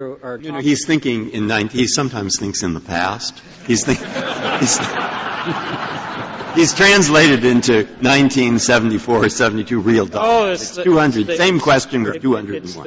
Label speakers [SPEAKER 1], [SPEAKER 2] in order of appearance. [SPEAKER 1] are
[SPEAKER 2] You know, he's thinking in 19, he sometimes thinks in the past. He's, think, he's, he's translated into 1974 72 real dollars.
[SPEAKER 1] Oh, it's the-
[SPEAKER 2] 200,
[SPEAKER 1] it's the-
[SPEAKER 2] same question,
[SPEAKER 1] it-
[SPEAKER 2] but 201.
[SPEAKER 1] it's the